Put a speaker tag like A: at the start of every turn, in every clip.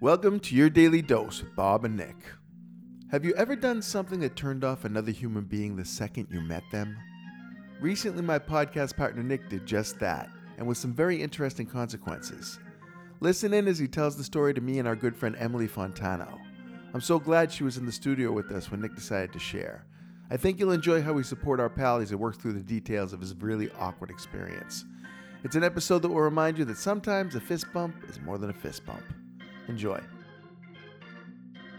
A: Welcome to your daily dose with Bob and Nick. Have you ever done something that turned off another human being the second you met them? Recently, my podcast partner Nick did just that, and with some very interesting consequences. Listen in as he tells the story to me and our good friend Emily Fontano. I'm so glad she was in the studio with us when Nick decided to share. I think you'll enjoy how we support our pal as he works through the details of his really awkward experience. It's an episode that will remind you that sometimes a fist bump is more than a fist bump. Enjoy.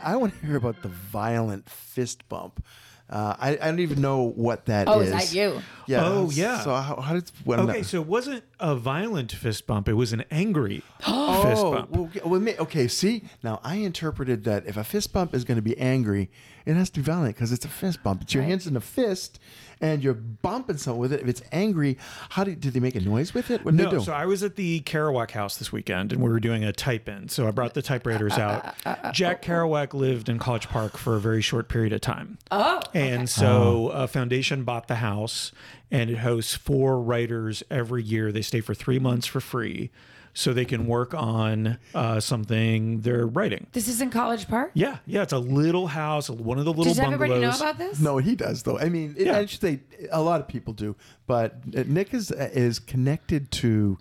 A: I want to hear about the violent fist bump. Uh, I, I don't even know what that is.
B: Oh, is that you?
A: Yeah.
C: Oh, yeah.
A: So how, how did when
C: Okay, so it wasn't a violent fist bump. It was an angry fist
A: Oh,
C: bump.
A: well, okay, well, ma- okay. See, now I interpreted that if a fist bump is going to be angry, it has to be violent because it's a fist bump. It's your hands in a fist, and you're bumping something with it. If it's angry, how do did they make a noise with it? What did
C: No,
A: they do?
C: so I was at the Kerouac house this weekend and we were doing a type in. So I brought the typewriters out. Jack Kerouac lived in College Park for a very short period of time. Oh. And so a foundation bought the house and it hosts four writers every year. They stay for three months for free so they can work on uh, something they're writing.
B: This is in College Park?
C: Yeah, yeah, it's a little house, one of the little
B: Does everybody
C: bungalows.
B: know about this?
A: no, he does though. I mean, it, I
C: Yeah.
A: should say a lot of people do, but uh, Nick is is connected to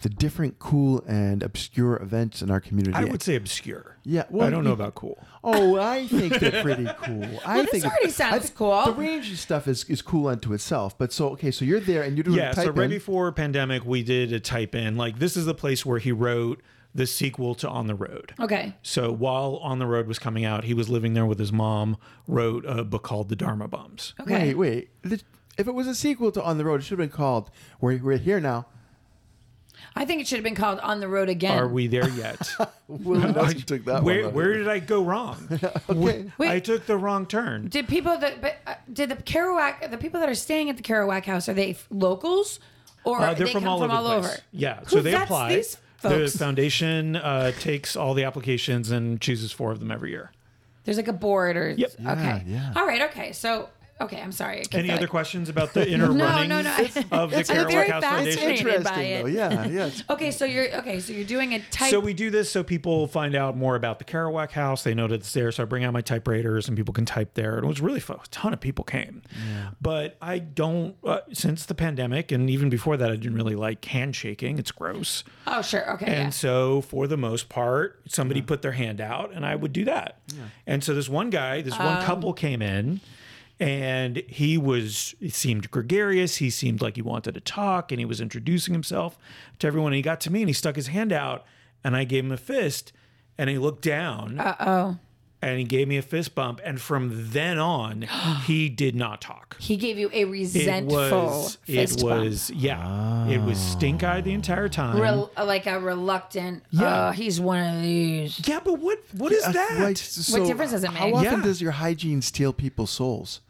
A: the different cool and obscure events in our community.
C: I would say obscure.
A: Yeah, well,
C: I don't know
A: you-
C: about cool.
A: Oh, I think they're pretty cool. I
B: Well, this
A: think it-
B: already
A: I
B: sounds
A: think
B: cool.
A: The rangy stuff is, is cool unto itself. But so okay, so you're there and you're doing
C: Yeah,
A: a type
C: so right
A: in.
C: before pandemic, we did a type in. Like this is the place where he wrote the sequel to On the Road.
B: Okay.
C: So while On the Road was coming out, he was living there with his mom. Wrote a book called The Dharma Bombs.
B: Okay.
A: Wait, wait. Th- If it was a sequel to On the Road, it should have been called "We're, we're Here Now."
B: I think it should have been called On the Road Again.
C: Are we there yet?
A: Willie Nelson took that
C: where
A: one. though.
C: where did I go wrong?
A: Okay.
B: Wait.
C: I took the wrong turn.
B: Did people that but uh, did the Kerouac the people that are staying at the Kerouac house are they f- locals or
C: Uh, they're
B: they
C: from,
B: come
C: all,
B: from
C: over
B: all
C: the place.
B: over?
C: Yeah,
B: Who
C: so they
B: vets
C: apply.
B: These
C: The
B: folks?
C: foundation uh, takes all the applications and chooses four of them every year.
B: There's like a board or
C: Yep. Yeah,
B: okay.
A: yeah.
B: All right. Okay. So okay. I'm sorry. I kept
C: Any
B: like-
C: other questions about the inner
B: No,
C: runnings
B: no, no.
C: of the
B: It's- I'm
C: Kerouac
B: very
C: House
A: It's
C: Foundation?
B: fascinated.
A: interesting
B: by it.
A: though. Yeah, yeah. it's-
B: Okay. So you're okay. So you're doing a type.
C: So we do this so people find out more about the Kerouac house. They know that it's there. So I bring out my typewriters and people can type there. And it was really fun. A ton of people came. But I don't, uh, since the pandemic and even before that, I didn't really like handshaking. It's gross.
B: oh sure. Okay.
C: And
B: Yeah.
C: so, for the most part, somebody put their hand out, and I would do that. And so, this one guy, this
B: Um.
C: one couple came in, and he was he seemed gregarious. He seemed like he wanted to talk, and he was introducing himself to everyone. And he got to me, and he stuck his hand out, and I gave him a fist, and he looked down. Uh oh. And he gave me a fist bump, and from then on, he did not talk.
B: He gave you a
C: It
B: resentful
C: was,
B: fist
C: it was, yeah, it was stink eye the entire time.
B: bump. Rel- uh, like a reluctant. Yeah.
C: Yeah.
B: he's one of these.
C: Yeah, but what what is that?
A: Right, so
B: difference does it make?
A: How often
C: Yeah.
A: does your hygiene steal people's souls?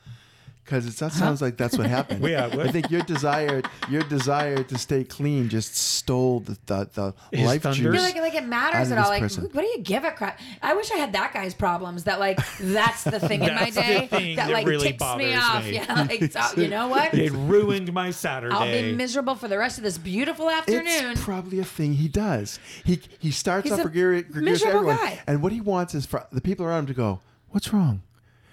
A: Because that sounds like that's what happened.
C: Yeah, what-
A: I think your desire, your desire to stay clean, just stole the the, the
C: His
A: life
C: thunder.
A: juice.
B: feel like like it matters
A: out
B: at
A: of
B: all.
A: this
B: Like,
A: person.
B: what do you give a crap? I wish I had that guy's problems. That like that's the thing in my
C: That's the
B: day
C: thing
B: that
C: that
B: like
C: really
B: ticks me
C: bothers
B: off.
C: me.
B: Yeah, like so- you know what?
C: It ruined my Saturday.
B: I'll be miserable for the rest of this beautiful afternoon.
A: It's probably a thing he does. He he starts
B: He's
A: off
B: a
A: gregarious gregarious to
B: miserable
A: everyone,
B: guy.
A: and what he wants is for the people around him to go, "What's wrong?"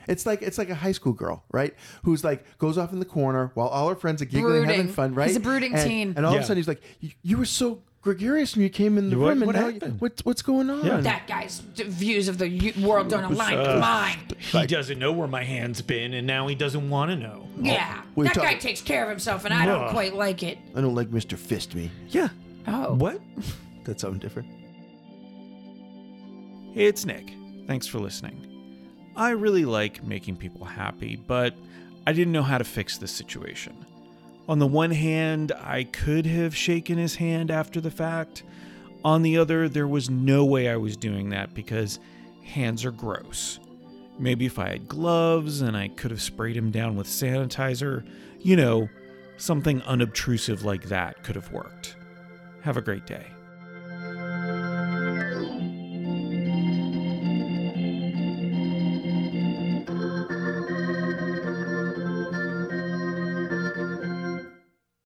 A: It's like it's like a high school girl, right? Who's like goes off in the corner while all her friends are giggling, and having
B: Brooding.
A: fun, right?
B: He's a brooding
A: and,
B: teen.
A: and all of a
C: Yeah.
A: sudden he's like, "You- "You were so gregarious when you came in the
C: What-
A: room, and
C: what
A: now you-
C: happened?"
A: what's what's going on?"
C: Yeah.
B: that guy's d- views of the u- world don't align with mine.
C: he doesn't know where my hand's been, and now he doesn't want to know.
A: Oh,
B: Yeah,
A: we
B: that
A: talk-
B: guy takes care of himself, and I don't
C: Ugh.
B: quite like it.
A: I don't like Mr. Fist me.
C: Yeah.
B: Oh,
C: What?
A: That's something different.
C: Hey, it's Nick. Thanks for listening. I really like making people happy, but I didn't know how to fix this situation. On the one hand, I could have shaken his hand after the fact. On the other, there was no way I was doing that because hands are gross. Maybe if I had gloves and I could have sprayed him down with sanitizer, you know, something unobtrusive like that could have worked. Have a great day.